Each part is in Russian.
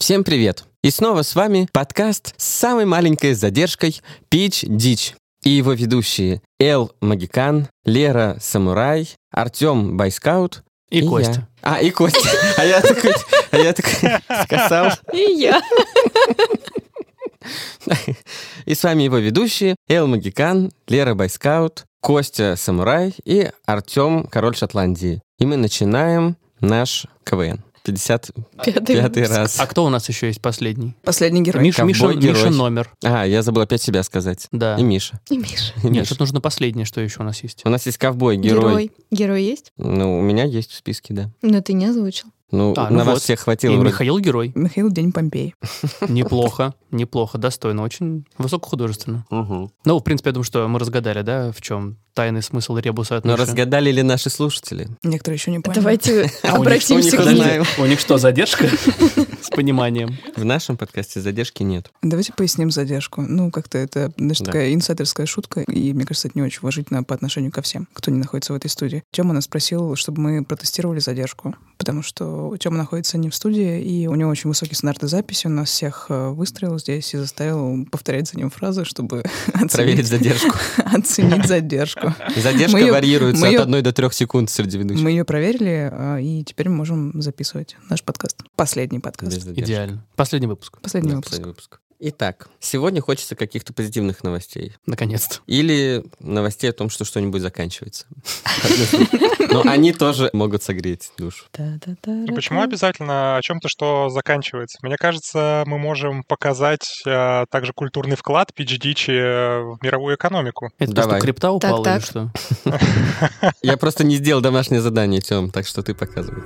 Всем привет! И снова с вами подкаст с самой маленькой задержкой «Пич Дич» и его ведущие Эл Магикан, Лера Самурай, Артем Байскаут И, Костя. я. А, и Костя. А я такой, а я такой сказал. И я. И с вами его ведущие Эл Магикан, Лера Байскаут, Костя Самурай и Артем Король Шотландии. И мы начинаем наш КВН. 55 Пятый выпуск. раз. А кто у нас еще есть последний? Последний герой. Миша, Миша, Ковбой-герой. Миша номер. А, я забыл опять себя сказать. Да. И Миша. И Миша. И Нет, Миша. тут нужно последнее, что еще у нас есть. У нас есть ковбой, герой. Герой есть? Ну, у меня есть в списке, да. Но ты не озвучил. Ну, А, ну на вас вот. всех И хватило. вроде. Михаил герой. Михаил День Помпеи. Неплохо, неплохо, достойно, очень высокохудожественно. Ну, в принципе, я думаю, что мы разгадали, да, в чем тайный смысл ребуса от Но Миши. Ну, разгадали ли наши слушатели? Некоторые еще не поняли. А Давайте А А у обратимся них к одна- ним. знаю. У них что, задержка? С пониманием. В нашем подкасте задержки нет. Давайте поясним задержку. Ну, как-то это, значит, Да. такая инсайдерская шутка, и, мне кажется, это не очень уважительно по отношению ко всем, кто не находится в этой студии. Тёма нас просил, чтобы мы протестировали задержку, потому что Тёма находится не в студии, и у него очень высокие стандарты записи, он нас всех э, выстроил здесь и заставил повторять за ним фразы, чтобы Проверить оценить, задержку. оценить задержку. Задержка Мы её- варьируется мы от её- одной до трех секунд среди ведущих. Мы ее проверили, а, и теперь мы можем записывать наш подкаст. Последний Без подкаст. задержки. Идеально. Последний выпуск. Последний Да, выпуск. последний выпуск. Итак, сегодня хочется каких-то позитивных новостей. Наконец-то. Или новостей о том, что что-нибудь заканчивается. Но они тоже могут согреть душу. Да-да-да. И почему обязательно о чем-то, что заканчивается? Мне кажется, мы можем показать э, также культурный вклад PGDичи э, в мировую экономику. Это Давай. просто крипта упала так. или что? Я просто не сделал домашнее задание, Тем, так что ты показывай.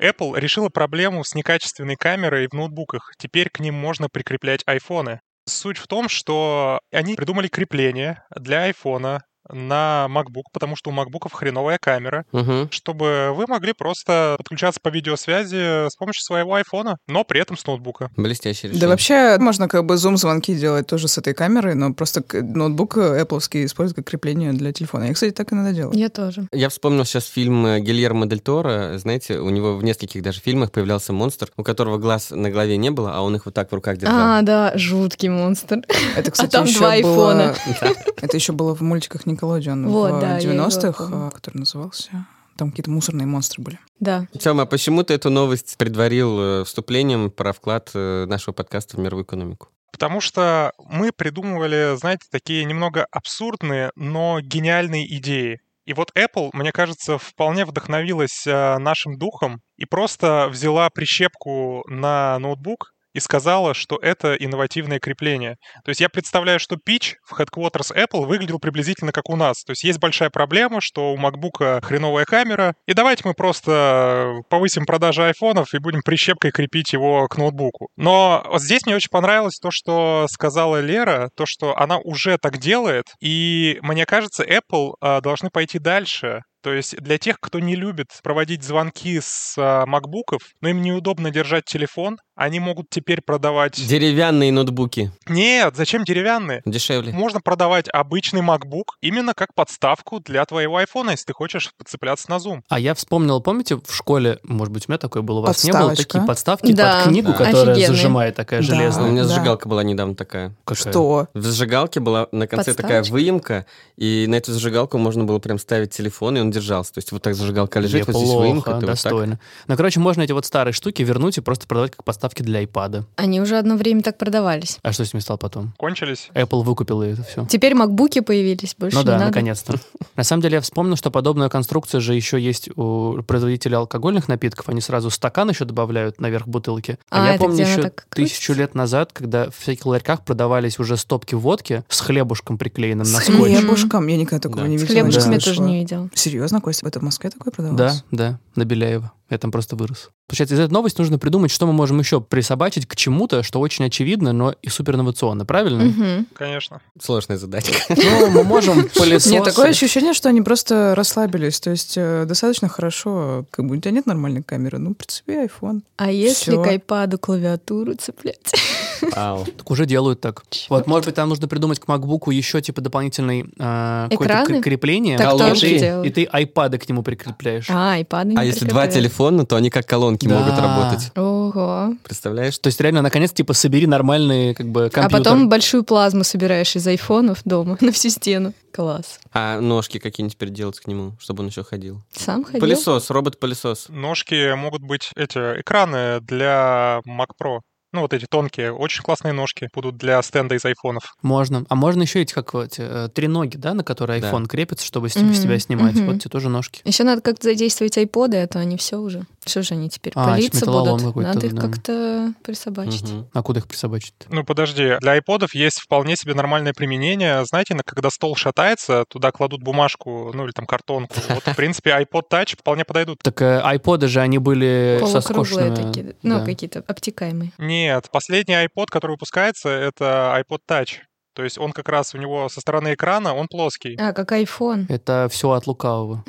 Apple решила проблему с некачественной камерой в ноутбуках. Теперь к ним можно прикреплять айфоны. Суть в том, что они придумали крепление для айфона на MacBook, потому что у MacBookов хреновая камера, Мгм. чтобы вы могли просто подключаться по видеосвязи с помощью своего айфона, но при этом с ноутбука. Блестящее решение. Да вообще можно как бы зум-звонки делать тоже с этой камерой, но просто к- ноутбук Apple используют как крепление для телефона. Я, кстати, так иногда делаю. Я тоже. Я вспомнил сейчас фильм э, Гильермо Дель Торо. Знаете, у него в нескольких даже фильмах появлялся монстр, у которого глаз на голове не было, а он их вот так в руках держал. А, да, жуткий монстр. Это, кстати, А там еще два было... айфона. Это еще было в мультиках Nickelodeon Вот, в да, я его 90-х, помню. а, который назывался... Там какие-то мусорные монстры были. Да. Тёма, а почему ты эту новость предварил э, вступлением про вклад э, нашего подкаста в мировую экономику? Потому что мы придумывали, знаете, такие немного абсурдные, но гениальные идеи. И вот Apple, мне кажется, вполне вдохновилась э, нашим духом и просто взяла прищепку на ноутбук и сказала, что это инновативное крепление. То есть я представляю, что pitch в Headquarters Apple выглядел приблизительно как у нас. То есть есть большая проблема, что у MacBook э, хреновая камера, и давайте мы просто э, повысим продажи айфонов и будем прищепкой крепить его к ноутбуку. Но вот здесь мне очень понравилось то, что сказала Лера, то, что она уже так делает, и мне кажется, Apple а, должны пойти дальше. То есть для тех, кто не любит проводить звонки с а, макбуков, но им неудобно держать телефон, они могут теперь продавать... Деревянные ноутбуки. Нет, зачем деревянные? Дешевле. Можно продавать обычный MacBook именно как подставку для твоего айфона, если ты хочешь подцепляться на Zoom. А я вспомнил, помните, в школе, может быть, у меня такое было, у вас не было, Подставочка. такие подставки Да. под книгу, Да. которая Офигенные. зажимает такая Да. Ну, А, А У железная. меня Да. зажигалка была недавно такая. Какая? Что? В зажигалке была на конце такая Подставочка? выемка, и на эту зажигалку можно было прям ставить телефон, и он держался. То есть вот так зажигалка лежит, вот здесь Неплохо, выемка, ты вот так. достойно. Ну, короче, можно эти вот старые штуки вернуть и просто продавать как подставки для iPad. Они уже одно время так продавались. А что с ними стало потом? Кончились? Apple выкупила это все. Теперь макбуки появились, больше Ну не да, надо. наконец-то. На самом деле я вспомнил, что подобная конструкция же еще есть у производителей алкогольных напитков. Они сразу стакан еще добавляют наверх бутылки. А, я это помню где она еще так тысячу крутится? лет назад, когда в всяких ларьках продавались уже стопки водки с хлебушком приклеенным на С скотч. хлеб- хлебушком? Я никогда такого Да. не С видела. хлебушками Да. я тоже не видела. Серьезно, Костя? Это в Москве такое Да, продавалось? да, на Беляева. Я там просто вырос. Получается, из этой новости нужно придумать, что мы можем еще присобачить к чему-то, что очень очевидно, но и супер инновационно, правильно? Мгм. Конечно. Сложная задача. Ну, мы можем пылесос... Нет, такое ощущение, что они просто расслабились. То есть э, достаточно хорошо, как бы у тебя нет нормальной камеры, ну, прицепи iPhone. А если Всё. к айпаду клавиатуру цеплять? Ау. Так уже делают так. Вот, может быть, там нужно придумать к MacBook еще типа дополнительный э, какое-то Экраны? к- крепление. Так Колонки. тоже и, делают. и ты iPad к нему прикрепляешь. А, и падает. А если два телефона, то они как колонки Да. могут работать. Ого. А Представляешь? То есть реально, наконец, типа, собери нормальный как бы компьютер. А потом большую плазму собираешь из айфонов дома на всю стену. Класс. А ножки какие-нибудь переделать к нему, чтобы он еще ходил. Сам ходил? Пылесос, робот-пылесос. Ножки могут быть эти экраны для Mac Pro. Ну, вот эти тонкие, очень классные ножки будут для стенда из айфонов. Можно. А можно еще эти, как вот, э, три ноги, да, на которые Да. iPhone крепится, чтобы с, Мгм, с тебя снимать. мгм. Вот тебе тоже ножки. Еще надо как-то задействовать айподы, а то они все уже. Что же они теперь? А, Пылиться шметололом будут. какой-то, Надо их да. как-то присобачить. Мгм. А куда их присобачить? Ну, подожди, для айподов есть вполне себе нормальное применение. Знаете, на- когда стол шатается, туда кладут бумажку, ну, или там картонку. Вот, в принципе, iPod Touch вполне подойдут. Так э, айподы же, они были со Полукруглые скошенными. такие. Ну, да. какие-то обтекаемые. Нет, последний iPod, который выпускается, это iPod Touch. То есть он как раз у него со стороны экрана, он плоский. А, как айфон. Это все от лукавого.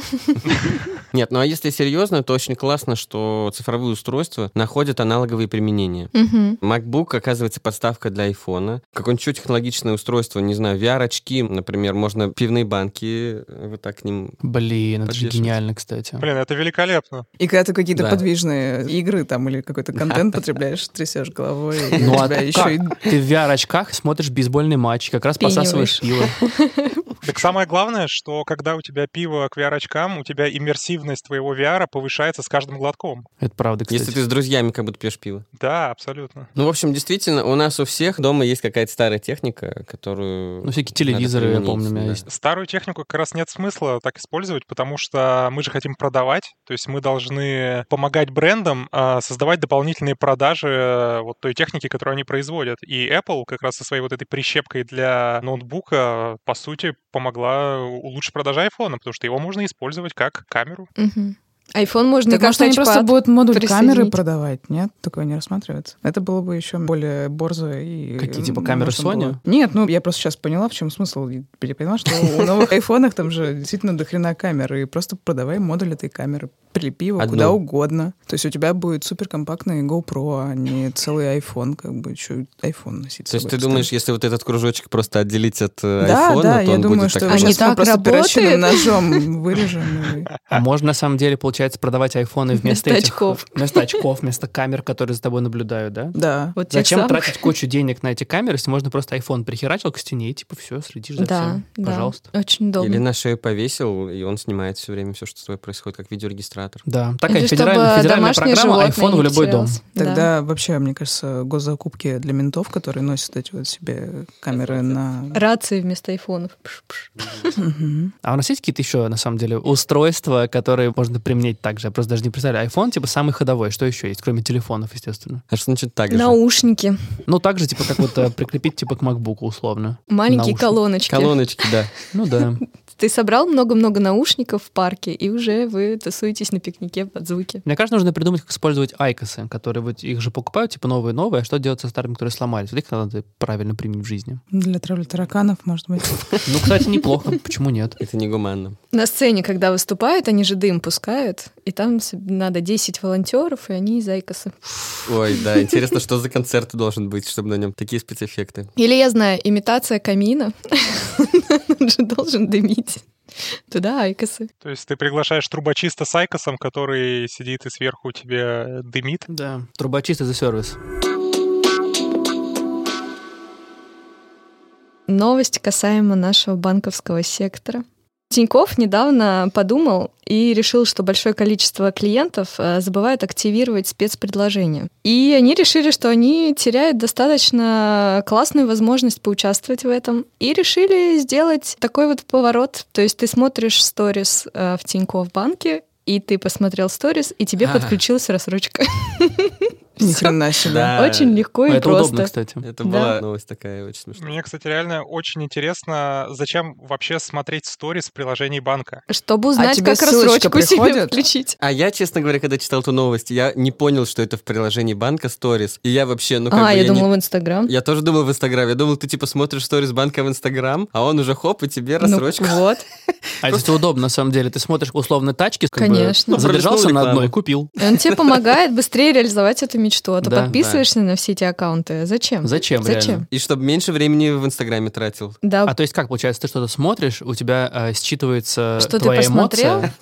Нет, ну а если серьезно, то очень классно, что цифровые устройства находят аналоговые применения. Мгм. MacBook, оказывается, подставка для айфона. Какое-нибудь еще технологичное устройство, не знаю, VR-очки, например, можно пивные банки э, вот так к ним... Блин, это же Подвешивать. гениально, кстати. Блин, это великолепно. И когда ты какие-то Да. подвижные игры там или какой-то контент потребляешь, трясешь головой, и Ну у а тебя ты еще и как? Ты в VR-очках смотришь бейсбольный матч, как раз Пениваешь. посасываешь пиво. Так самое главное, что когда у тебя пиво к VR-очкам, у тебя иммерсивность твоего VR повышается с каждым глотком. Это правда, кстати. Если ты с друзьями как будто пьешь пиво. Да, абсолютно. Ну, в общем, действительно, у нас у всех дома есть какая-то старая техника, которую... Ну, всякие надо телевизоры, я применить, помню, у меня да. есть. Старую технику как раз нет смысла так использовать, потому что мы же хотим продавать, то есть мы должны помогать брендам а, создавать дополнительные продажи э, вот той техники, которую они производят. И Apple как раз со своей вот этой прищепкой для ноутбука, по сути, помогла улучшить продажи айфона, потому что его можно использовать как камеру. Мгм. Айфон можно и Так, как может, они просто тачпад. будут модуль камеры присоединить. продавать, нет? Такое не рассматривается. Это было бы еще более борзо и... Какие, типа, м, камеры можно Sony? было. Нет, ну, я просто сейчас поняла, в чем смысл. И Я поняла, что у новых айфонах там же действительно дохрена камер, и просто продавай модуль этой камеры. Прилепи его Одну. куда угодно. То есть у тебя будет суперкомпактный GoPro, а не целый iPhone, как бы еще iPhone носить. с То есть ты собой думаешь, постоянно. если вот этот кружочек просто отделить от э, да, айфона, да, то я он думаю, будет что так... его А не сейчас мы так просто перочинным работает? ножом вырежем. и- А можно, на самом деле, получается, продавать айфоны вместо Вместо этих... очков. Вместо очков, вместо камер, которые за тобой наблюдают, да? Да. Вот тех Зачем самых. тратить кучу денег на эти камеры, если можно просто iPhone прихерачил к стене и типа все, следишь за Да, всем. да. Пожалуйста. Очень Или удобно. на шею повесил, и он снимает все время все, что с тобой происходит, как видеорегистратор. Да, такая Или федеральная, чтобы федеральная домашнее программа животное iPhone в не любой дом. потерялось. Да. Тогда вообще, мне кажется, госзакупки для ментов, которые носят эти вот себе камеры на... Рации вместо айфонов. Пш-пш. Мгм. А у нас есть какие-то еще, на самом деле, устройства, которые можно применять также? Я просто даже не представляю. iPhone, типа, самый ходовой. Что еще есть, кроме телефонов, естественно? А что значит так же? Наушники. Ну, также, типа, как вот э, прикрепить, типа, к MacBook, условно. Маленькие Наушники. колоночки. Колоночки, да. Ну, да. Ты собрал много-много наушников в парке, и уже вы тусуетесь на пикнике под звуки. Мне кажется, нужно придумать, как использовать айкосы, которые вот их же покупают, типа, новые-новые, а что делать со старыми, которые сломались? Вот их надо правильно применить в жизни. Для травли тараканов, может быть. Ну, кстати, неплохо. Почему нет? Это негуманно. На сцене, когда выступают, они же дым пускают, и там с- надо 10 волонтеров, и они из Айкоса. Ой, да, интересно, что за концерт должен быть, чтобы на нем такие спецэффекты. Или я знаю, имитация камина. Он же должен дымить. Туда Айкосы. То есть ты приглашаешь трубочиста с Айкосом, который сидит и сверху тебе дымит. Да. Трубочисты за сервис. Новость касаемо нашего банковского сектора. Тиньков недавно подумал и решил, что большое количество клиентов э, забывает активировать спецпредложения. И они решили, что они теряют достаточно классную возможность поучаствовать в этом. И решили сделать такой вот поворот. То есть ты смотришь сторис э, в Тинькофф банке, и ты посмотрел сторис, и тебе А. подключилась рассрочка. Ни хрена себе. Да. Очень легко и А Это удобно, просто. кстати. А, Это Да. была новость такая очень смешная. Мне, кстати, реально очень интересно, зачем вообще смотреть сторис в приложении банка. Чтобы узнать, А тебе как ссылочка рассрочку себе приходит? включить. А я, честно говоря, когда читал эту новость, я не понял, что это в приложении банка Stories. И я вообще, ну как бы А, я не- думала в Инстаграм. Я тоже думал в Инстаграм. Я думал, ты типа смотришь сторис банка в Инстаграм, а он уже хоп, и тебе рассрочку. Ну, вот. А это всё удобно, на самом деле. Ты смотришь условно тачки, как бы, Конечно. Ну, задержался пролистнул на рекламу. одной, купил. И Он тебе помогает быстрее реализовать эту мечту, а то Да, подписываешься на все эти аккаунты. Зачем? Зачем, реально? Зачем? И чтобы меньше времени в Инстаграме тратил. Да, А то есть как получается, ты что-то смотришь, у тебя э, считывается Что ты твоя посмотрел? эмоция?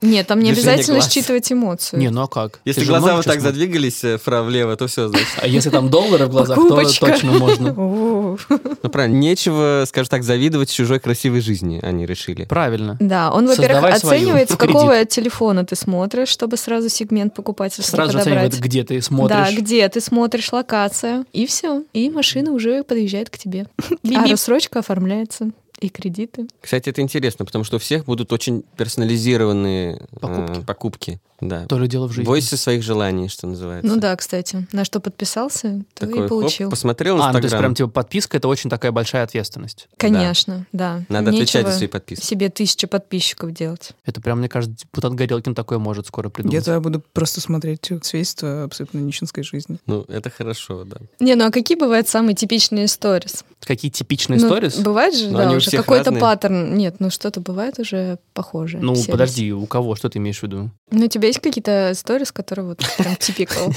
нет, там не Движение обязательно глаз. считывать эмоцию. Не, ну а как? Если Ты же глаза много вот чего так смотришь. задвигались э, вправо-влево, то все, значит. А если там доллары в глазах, то Покупочка. точно можно. О. Ну, правильно, нечего, скажем так, завидовать чужой красивой жизни, они решили. Правильно. Да, он, во-первых, Создавай свою. оценивает, с Кредит. какого телефона ты смотришь, чтобы сразу сегмент покупательства Сразу же оценивают, подобрать. где ты Да, смотришь. где ты смотришь локация, и все. И машина уже подъезжает к тебе. А рассрочка оформляется, и кредиты. Кстати, это интересно, потому что у всех будут очень персонализированные э, Покупки. покупки. Да. То ли дело в жизни. Бойся своих желаний, что называется. Ну да, кстати, на что подписался, то Такой, и хоп, получил. посмотрел А, ну Инстаграм. то есть прям типа подписка — это очень такая большая ответственность. Конечно, да. Надо отвечать Нечего за свои подписки. себе тысячи подписчиков делать. Это прям, мне кажется, депутат Горелкин такое может скоро придумать. Я-то буду просто смотреть свидетельство абсолютно нищенской жизни. Ну, это хорошо, да. Не, ну а какие бывают самые типичные сторис? Какие типичные Ну, сторис? Бывает же, Но да, они у уже всех какой-то разные. паттерн. Нет, ну что-то бывает уже похожее. Ну, Все подожди, у кого? Что ты имеешь в виду? Ну, у тебя есть какие-то сторис, которые вот прям типикал?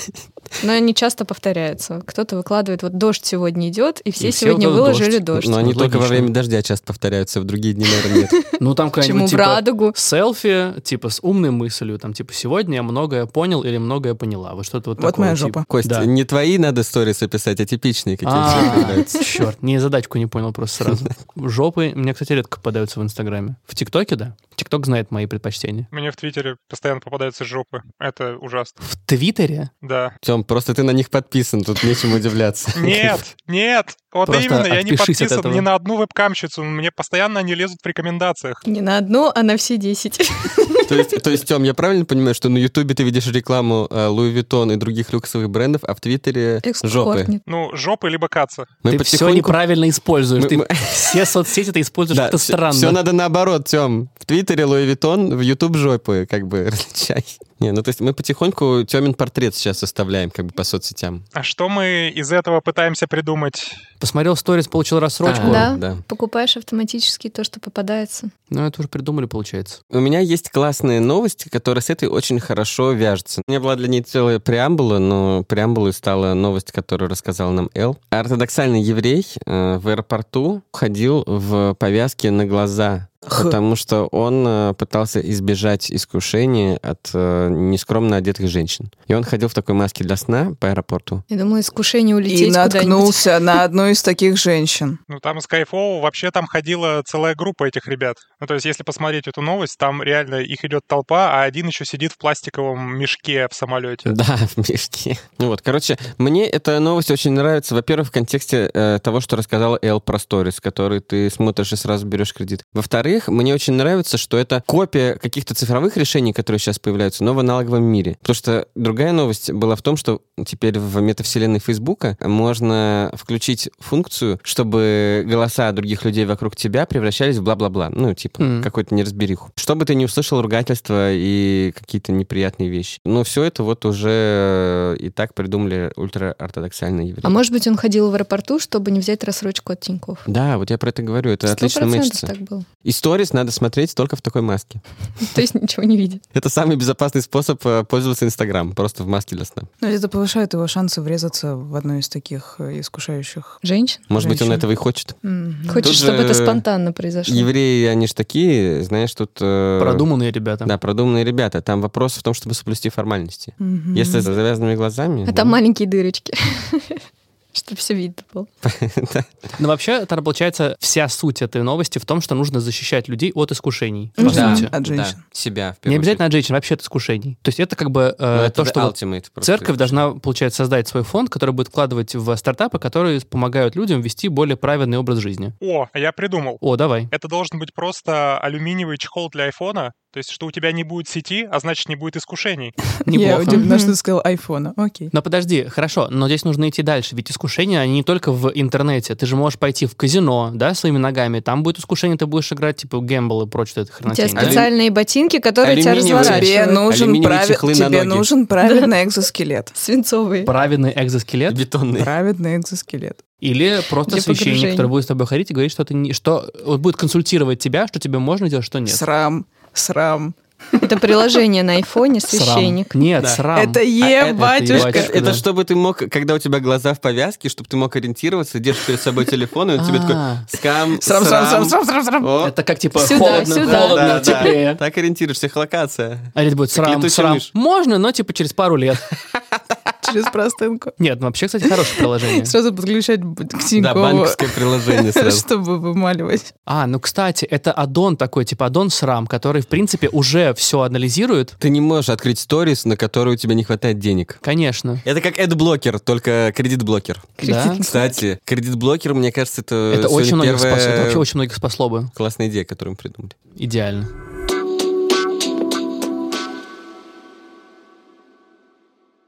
Но они часто повторяются. Кто-то выкладывает, вот дождь сегодня идет, и все И все сегодня вот выложили дождь. дождь. Но они Ну, только во логично. время дождя часто повторяются, в другие дни, наверное, нет. Ну, там Почему какая-нибудь в типа, радугу? селфи, типа, с умной мыслью, там, типа, сегодня я многое понял или многое поняла. Вот что-то вот Вот такого моя типа. жопа. Костя, Да. не твои надо сторисы писать, а типичные А. какие-то. Черт, не задачку не понял просто сразу. Жопы мне, кстати, редко попадаются в Инстаграме. В ТикТоке, да? ТикТок знает мои предпочтения. Мне в Твиттере постоянно попадаются жопы. Это ужасно. В Твиттере? Да. Тем, просто ты на них подписан, тут нечем удивляться. Нет, нет, вот Просто именно, я не отпишись от подписан этого. ни на одну вебкамщицу, мне постоянно они лезут в рекомендациях. Не на одну, а на все десять. То есть, то есть, Тем, я правильно понимаю, что на Ютубе ты видишь рекламу э, Louis Vuitton и других люксовых брендов, а в Твиттере жопы? Экскортник. Ну, жопы либо каца. Мы ты все потихоньку- неправильно используешь. Мы- ты мы- все соцсети ты используешь Да, как-то все, странно. все надо наоборот, Тем. В Твиттере Луи Витон, в Ютуб жопы, как бы, различай. Не, ну то есть мы потихоньку Темин портрет сейчас составляем, как бы, по соцсетям. А что мы из этого пытаемся придумать? Посмотрел сторис, получил рассрочку. А, Да. да. Покупаешь автоматически то, что попадается. Ну, это уже придумали, получается. У меня есть классные новости, которые с этой очень хорошо вяжутся. У меня была для ней целая преамбула, но преамбулой стала новость, которую рассказал нам Эл. Ортодоксальный еврей э, в аэропорту ходил в повязке на глаза, Х. потому что он э, пытался избежать искушения от э, нескромно одетых женщин. И он ходил в такой маске для сна по аэропорту. Я думала, искушение улететь И куда-нибудь. наткнулся на одну из таких женщин. Ну, там из Skyfall вообще там ходила целая группа этих ребят. Ну, то есть, если посмотреть эту новость, там реально их идет толпа, а один еще сидит в пластиковом мешке в самолете. Да, в мешке. Ну вот, короче, мне эта новость очень нравится, во-первых, в контексте э, того, что рассказала Эл про сторис, который ты смотришь и сразу берешь кредит. Во-вторых, мне очень нравится, что это копия каких-то цифровых решений, которые сейчас появляются, но в аналоговом мире. Потому что другая новость была в том, что теперь в метавселенной Фейсбука можно включить функцию, чтобы голоса других людей вокруг тебя превращались в бла-бла-бла. Ну, типа, Мгм. какой-то неразбериху. Чтобы ты не услышал ругательства и какие-то неприятные вещи. Но все это вот уже э, и так придумали ультраортодоксальные евреи. А может быть, он ходил в аэропорту, чтобы не взять рассрочку от Тинькофф? Да, вот я про это говорю, это отлично процентов мэчится. так было. И сторис надо смотреть только в такой маске. То есть ничего не видит. Это самый безопасный способ э, пользоваться Инстаграм, просто в маске для сна. Но Ну, это повышает его шансы врезаться в одну из таких э, искушающих. Женщин? Может быть, он Женщина. этого и хочет. Хочешь, Тут же чтобы это спонтанно произошло? Евреи, они же такие, знаешь, тут... э, Продуманные ребята. Да, продуманные ребята. Там вопрос в том, чтобы соблюсти формальности. Мгм. Если с завязанными глазами... А ну, там маленькие дырочки. Чтобы все видно было. да. Но вообще, тогда получается, вся суть этой новости в том, что нужно защищать людей от искушений. По Мгм. Да, сути. От женщин. да, себя, в Не первую обязательно от женщин, вообще от искушений. То есть это как бы э, очередь. Ну, это то, the что вот ultimate просто. церковь должна, получается, создать свой фонд, который будет вкладывать в стартапы, которые помогают людям вести более праведный образ жизни. О, а я придумал. О, давай. Это должен быть просто алюминиевый чехол для айфона, то есть, что у тебя не будет сети, а значит, не будет искушений. Я Неплохо. удивлена, что Мгм. ты сказал айфона. Окей. Но подожди, хорошо, но здесь нужно идти дальше, ведь искушения, они не только в интернете. Ты же можешь пойти в казино, да, своими ногами, там будет искушение, ты будешь играть, типа, гэмбл и прочее, что это У тебя Алю- хренотень. специальные ботинки, которые тебя алюминиевые. Тебе разворачивают. нужен, Алюминиевые праве- чехлы на тебе ноги. нужен правильный экзоскелет. Свинцовые. Праведный экзоскелет Бетонный. Правильный экзоскелет. Или просто Для священник, погружения. который будет с тобой ходить и говорить, что ты не, что он будет консультировать тебя, что тебе можно делать, что нет. Срам, срам, Это приложение на айфоне, священник. Срам. Нет, Да. срам. А это- Это это е-батюшка. ебать. Это, да. чтобы ты мог, когда у тебя глаза в повязке, чтобы ты мог ориентироваться, держишь перед собой телефон, и у тебя такой А, скам, Срам, срам, срам, срам, срам, срам. О, Это как типа Сюда, холодно, сюда. холодно, Да, да. теплее. Так ориентируешься, их локация. А это будет Как срам, летучий срам. мышь. Можно, но типа через пару лет. Через простынку. Нет, ну вообще, кстати, хорошее приложение. Сразу подключать б- к Да, Тинькову, банковское приложение сразу. чтобы вымаливать. А, ну, кстати, это аддон такой, типа аддон срам, который, в принципе, уже все анализирует. Ты не можешь открыть сторис, на которую у тебя не хватает денег. Конечно. Это как эд-блокер, только кредит-блокер. Да. Кстати, кредит-блокер, мне кажется, это, Это сегодня очень многих первая спасло. Это вообще очень многих спасло бы. классная идея, которую мы придумали. Идеально.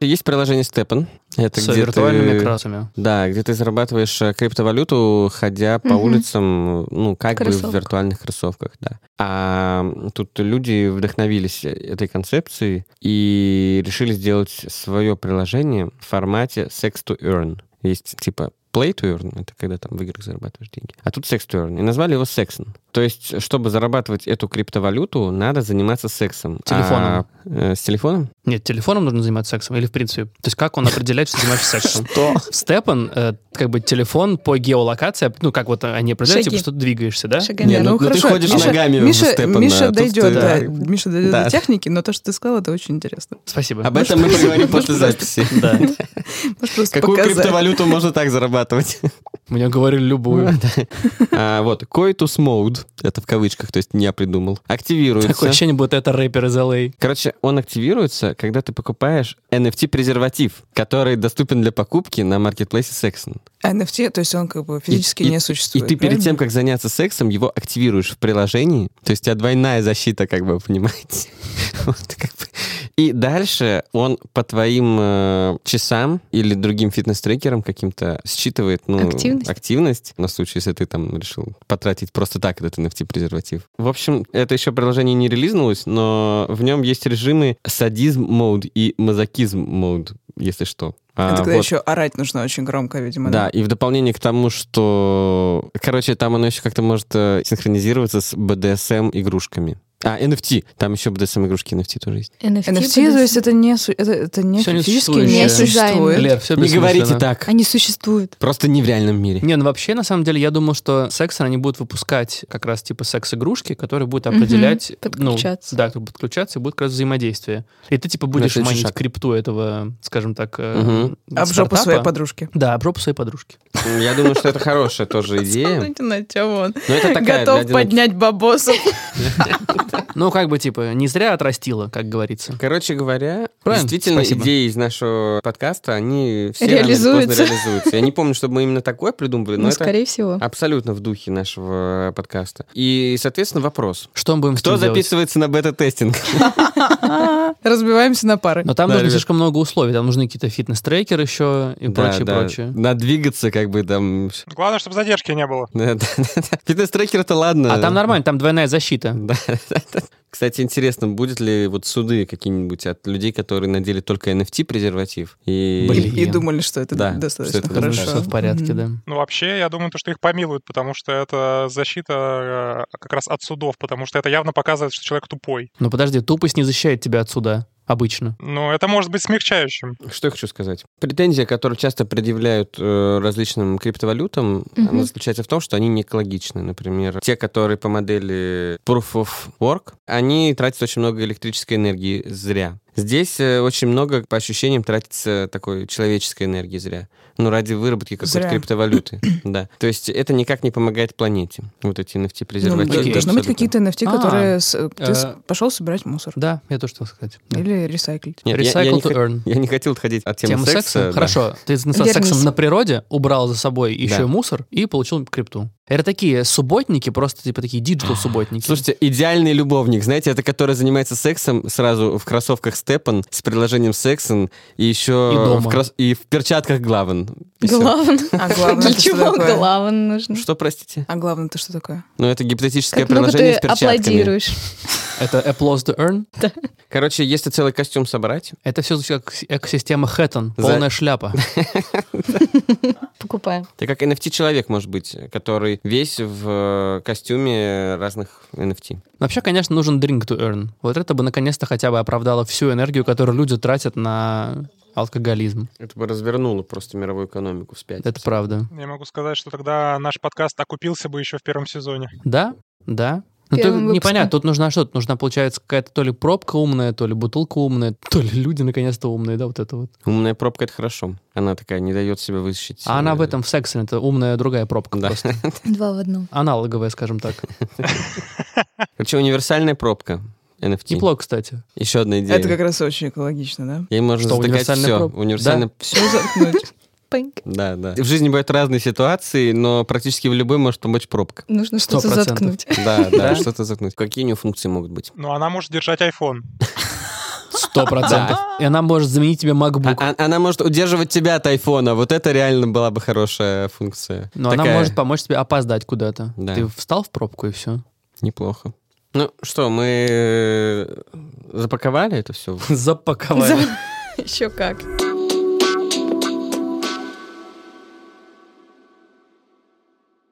Есть приложение Степан. Это С где виртуальными ты... красами. Да, где ты зарабатываешь э, криптовалюту, ходя по Мгм. улицам, ну, как бы в Кроссовках. виртуальных кроссовках, да. А тут люди вдохновились э, этой концепцией и решили сделать свое приложение в формате sex to earn. Есть типа play to earn, это когда там в играх зарабатываешь деньги. А тут sex to earn. И назвали его сексом. То есть, чтобы зарабатывать эту криптовалюту, надо заниматься сексом. Телефоном. А, э, с телефоном? Нет, телефоном нужно заниматься сексом или в принципе? То есть как он определяет, что ты занимаешься сексом? Что? Степан, э, как бы телефон по геолокации, ну как вот они определяют, Шаги. типа, что ты двигаешься, да? Шагами. Не, ну, ну ты ходишь ногами в Миша, Степана, а Миша тут дойдет, ты- да. Да. Миша дойдет Да. до техники, но то, что ты сказал, это очень интересно. Спасибо. Об этом мы поговорим после записи. Да. Можешь просто Какую показать. криптовалюту можно так зарабатывать? Мне говорили любую. А, Вот, coitus mode, это в кавычках, то есть не я придумал, Такое активируется. ощущение, будто это рэпер из А. LA. Короче, он активируется, когда ты покупаешь NFT-презерватив, который доступен для покупки на маркетплейсе Sexon. А NFT, то есть он как бы физически И- и- не И существует. ты перед правильно? тем, как заняться сексом, его активируешь в приложении. То есть у тебя двойная защита, как бы, понимаете? Вот, как бы. И дальше он по твоим э, часам или другим фитнес-трекерам каким-то считывает ну, Активность. активность, на случай, если ты там решил потратить просто так этот NFT-презерватив. В общем, это еще приложение не релизнулось, но в нем есть режимы садизм-мод и мазокизм-мод, если что. А, Это когда вот. еще орать нужно очень громко, видимо. Да, и в дополнение к тому, что... Короче, там оно еще как-то может э, синхронизироваться с BDSM-игрушками. А, NFT. Там еще BDSM-игрушки NFT тоже есть. NFT, то есть это не, су- это, это не Всё физически несуществующее. не существует. Лер, все Не говорите так. Они существуют. Просто не в реальном мире. Не, ну вообще, на самом деле, я думал, что секс они будут выпускать как раз типа секс-игрушки, которые будут определять... ну, подключаться. да, как бы подключаться, и будет как раз взаимодействие. И ты типа будешь Следующий манить шаг. крипту этого, скажем так, Мгм. Об А жопу своей подружки. подружки. Да, об жопу своей подружки. Я думаю, что это хорошая тоже идея. Смотрите, Ну, на чё он. Но это такая для Готов одиноких. поднять бабосу. Ну, как бы, типа, не зря отрастила, как говорится. Короче говоря, Правильно, действительно, спасибо. идеи из нашего подкаста, они все рано или Реализуются. поздно реализуются. Я не помню, чтобы мы именно такое придумывали, но Ну, это А, скорее всего. абсолютно в духе нашего э, подкаста. И, соответственно, вопрос. Что мы будем с Кто ним делать? записывается на бета-тестинг? Разбиваемся на пары. Но там Да, нужно ребят. слишком много условий. Там нужны какие-то фитнес-трекеры еще и Да, прочее, да. прочее. Надо двигаться, как бы там... всё. Главное, чтобы задержки не было. Да, да, да. Фитнес-трекер-то ладно. А там нормально, там двойная защита. Да, да, да. Кстати, интересно, будет ли вот суды какие-нибудь от людей, которые надели только NFT-презерватив? И... И, Блин. и думали, что это Да, достаточно что это хорошо. Все в порядке, Мгм. да. Ну, вообще, я думаю, то, что их помилуют, потому что это защита э, как раз от судов, потому что это явно показывает, что человек тупой. Но подожди, тупость не защищает тебя отсюда обычно. Но это может быть смягчающим. Что я хочу сказать? Претензия, которую часто предъявляют э, различным криптовалютам, Мгм. она заключается в том, что они не экологичны. Например, те, которые по модели Proof of Work, они тратят очень много электрической энергии зря. Здесь э, очень много, по ощущениям, тратится такой человеческой энергии зря. Ну, ради выработки какой-то Зря. криптовалюты. Да. То есть это никак не помогает планете. Вот эти Ну, NFT-презервативы. Окей. Должны быть абсолютно. какие-то NFT, А, которые с- ты с- э, пошел собирать мусор. Да, я тоже хотел сказать. Да. Или ресайклить. Нет, я- я Recycle не to хот- earn. Я не хотел отходить от темы Тема секса. секса? да. Хорошо. Ты занялся Вернись. сексом на природе, убрал за собой еще Да. и мусор и получил крипту. Это такие субботники, просто типа такие диджитал-субботники. Слушайте, идеальный любовник, знаете, это который занимается сексом сразу в кроссовках Степан с приложением Сексен и еще И дома. в, крос- и в перчатках Главан. И всё. Главное. А главное, Для это что чего такое? главное нужно? Что, простите? А главное, то что такое? Ну, это гипотетическое Как много приложение ты с перчатками. аплодируешь. Это applause to earn? Короче, если целая свой костюм собрать. Это все звучит как экосистема Хэттон, полная шляпа. Покупаем. Ты как NFT-человек, может быть, который весь в э, костюме разных NFT. Вообще, конечно, нужен drink to earn. Вот это бы наконец-то хотя бы оправдало всю энергию, которую люди тратят на алкоголизм. Это бы развернуло просто мировую экономику вспять. Это правда. Я могу сказать, что тогда наш подкаст окупился бы еще в первом сезоне. Да, да. Ну, тут Первым выпуском. непонятно, тут нужна что? Тут нужна, получается, какая-то то ли пробка умная, то ли бутылка умная, то ли люди наконец-то умные, да, вот это вот. Умная пробка — это хорошо. Она такая не дает себя вытащить. А она э, в этом в сексе, это умная другая пробка Да. просто. Два в одном. Аналоговая, скажем так. Короче, универсальная пробка NFT. Тепло, кстати. Еще одна идея. Это как раз очень экологично, да? Ей можно Что, затыкать универсальная все. пробка? Универсальная Все заткнуть. Пэнк. Да, да. В жизни бывают разные ситуации, но практически в любой может помочь пробка. Нужно что-то 100%. заткнуть. Да, Да? да, что-то заткнуть. Какие у нее функции могут быть? Но она может держать iPhone. Сто процентов. И она может заменить тебе MacBook. А- а- она может удерживать тебя от айфона. Вот это реально была бы хорошая функция. Но Ну, она Такая. может помочь тебе опоздать куда-то. Да. Ты встал в пробку и все. Неплохо. Ну что, мы э, запаковали это все? Запаковали. Еще как.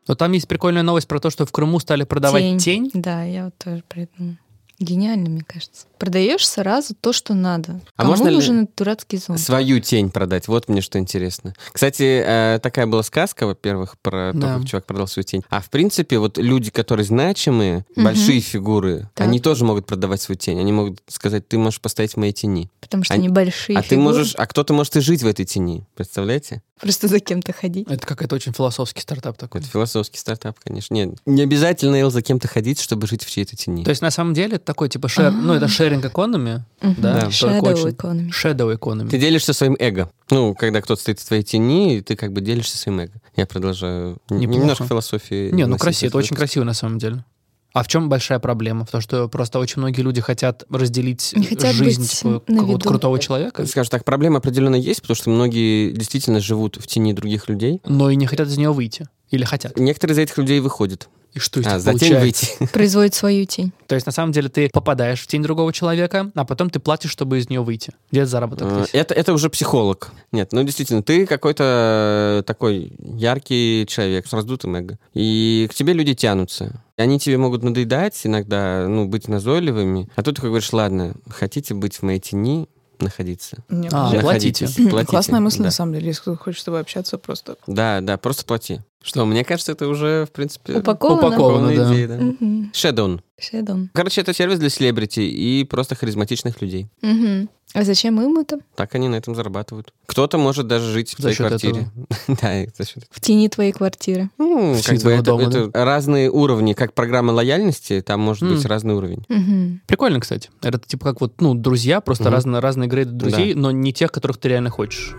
Но там есть прикольная новость про то, что в Крыму стали продавать тень. Да, я вот тоже придумала. Гениально, мне кажется. Продаешь сразу то, что надо. А Кому можно ли- нужен этот дурацкий зонт? Свою тень продать. Вот мне что интересно. Кстати, э, такая была сказка, во-первых, про то, Да. как чувак продал свою тень. А в принципе, вот люди, которые значимые, Мгм. большие фигуры, Так. они тоже могут продавать свою тень. Они могут сказать, ты можешь постоять в моей тени. Потому что А- они большие а ты фигуры. можешь, а кто-то может и жить в этой тени. Представляете? Просто за кем-то ходить. Это какой-то очень философский стартап такой. Это философский стартап, конечно. Нет, не обязательно, Эл, за кем-то ходить, чтобы жить в чьей-то тени. То есть на самом деле это такой типа шер... ну это шеринг экономи, Мгм. да, Да. только Shadow очень economy. shadow экономи. Ты делишься своим эго. Ну, когда кто-то стоит в твоей тени, и ты как бы делишься своим эго. Я продолжаю н- Неплохо. немножко философии. Не, ну вносить красиво, в это очень этот красиво на самом деле. А в чем большая проблема? В том, что просто очень многие люди хотят разделить Не хотят жизнь быть типа, на какого-то виду. крутого человека, выпуск. Скажем так, проблема определенно есть, потому что многие действительно живут в тени других людей. но и не хотят из нее выйти. Или хотят. Некоторые из этих людей выходят. И что из а, них за тень получается? выйти. Производит свою тень. То есть, на самом деле, ты попадаешь в тень другого человека, а потом ты платишь, чтобы из нее выйти. Где это заработок? Э, здесь? Это, это уже психолог. Нет, ну действительно, ты какой-то э, такой яркий человек с раздутым эго. И к тебе люди тянутся. И Они тебе могут надоедать иногда, ну, быть назойливыми. А тут ты как говоришь, ладно, хотите быть в моей тени, находиться. Не, А, подожди. Находитесь, М, платите. Классная мысль, Да. на самом деле. Если кто хочет с тобой общаться, просто Да, да, просто плати. Что, мне кажется, это уже, в принципе, Упаковано. упаковано. упакованная да. идея, да. Мгм. Shadown. Shadow. Короче, это сервис для селебрити и просто харизматичных людей. Мгм. А зачем им это? Так они на этом зарабатывают. Кто-то может даже жить в За своей счет квартире. Да, и за счет В тени твоей квартиры. Ну, В как сетевого бы это, дома, это разные уровни, как программа лояльности, там может быть М. разный уровень. Мгм. Прикольно, кстати. Это типа как вот, ну, друзья, просто Мгм. разно- разные грейды друзей, но не тех, которых ты реально хочешь.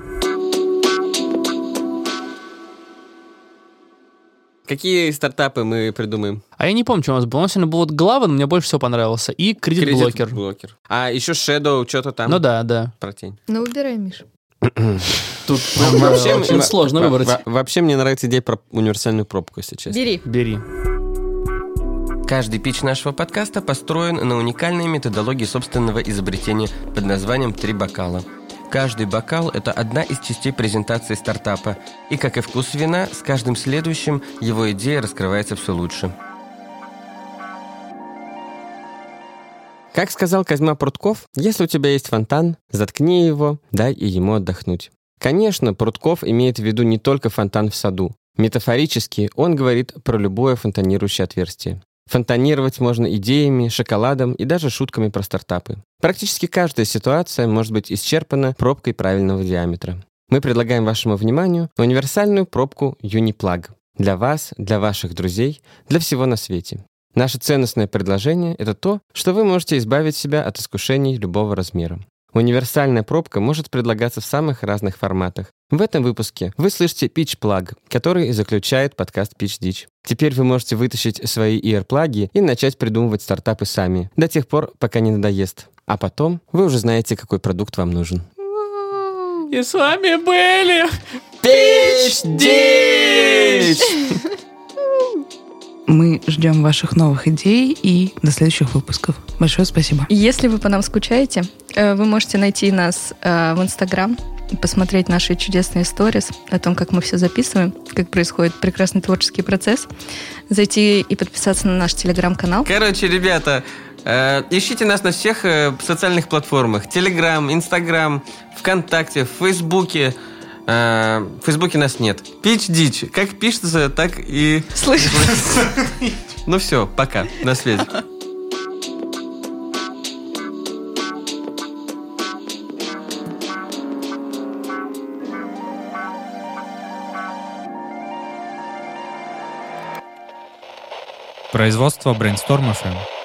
Какие стартапы мы придумаем? А я не помню, что у нас было. У нас сегодня был вот Главан, мне больше всего понравился, и Кредит-блокер. блокер. А еще Shadow, что-то там. Ну да, да. Про тень. Ну, выбирай, Миш. Тут Ну, вообще во- очень сложно во- выбрать. во- Вообще мне нравится идея про универсальную пробку, если честно. Бери. Бери. Каждый пич нашего подкаста построен на уникальной методологии собственного изобретения под названием «Три бокала». Каждый бокал – это одна из частей презентации стартапа. И, как и вкус вина, с каждым следующим его идея раскрывается все лучше. Как сказал Козьма Прутков, если у тебя есть фонтан, заткни его, дай и ему отдохнуть. Конечно, Прутков имеет в виду не только фонтан в саду. Метафорически он говорит про любое фонтанирующее отверстие. Фонтанировать можно идеями, шоколадом и даже шутками про стартапы. Практически каждая ситуация может быть исчерпана пробкой правильного диаметра. Мы предлагаем вашему вниманию универсальную пробку Uniplug. Для вас, для ваших друзей, для всего на свете. Наше ценностное предложение — это то, что вы можете избавить себя от искушений любого размера. Универсальная пробка может предлагаться в самых разных форматах. В этом выпуске вы слышите Pitch Plug, который заключает подкаст Pitch Ditch. Теперь вы можете вытащить свои earplugs и начать придумывать стартапы сами, до тех пор, пока не надоест. А потом вы уже знаете, какой продукт вам нужен. И с вами были... Pitch Ditch! Мы ждем ваших новых идей и до следующих выпусков. Большое спасибо. Если вы по нам скучаете, э, вы можете найти нас э, в Инстаграм, посмотреть наши чудесные сторис о том, как мы все записываем, как происходит прекрасный творческий процесс, зайти и подписаться на наш Телеграм-канал. Короче, ребята, э, ищите нас на всех э, социальных платформах. Телеграм, Инстаграм, ВКонтакте, в Фейсбуке. Э, в Фейсбуке нас нет. Пич дичь. Как пишется, так и... Слышишь? Ну все, пока. На связи. Производство Brainstorm FM.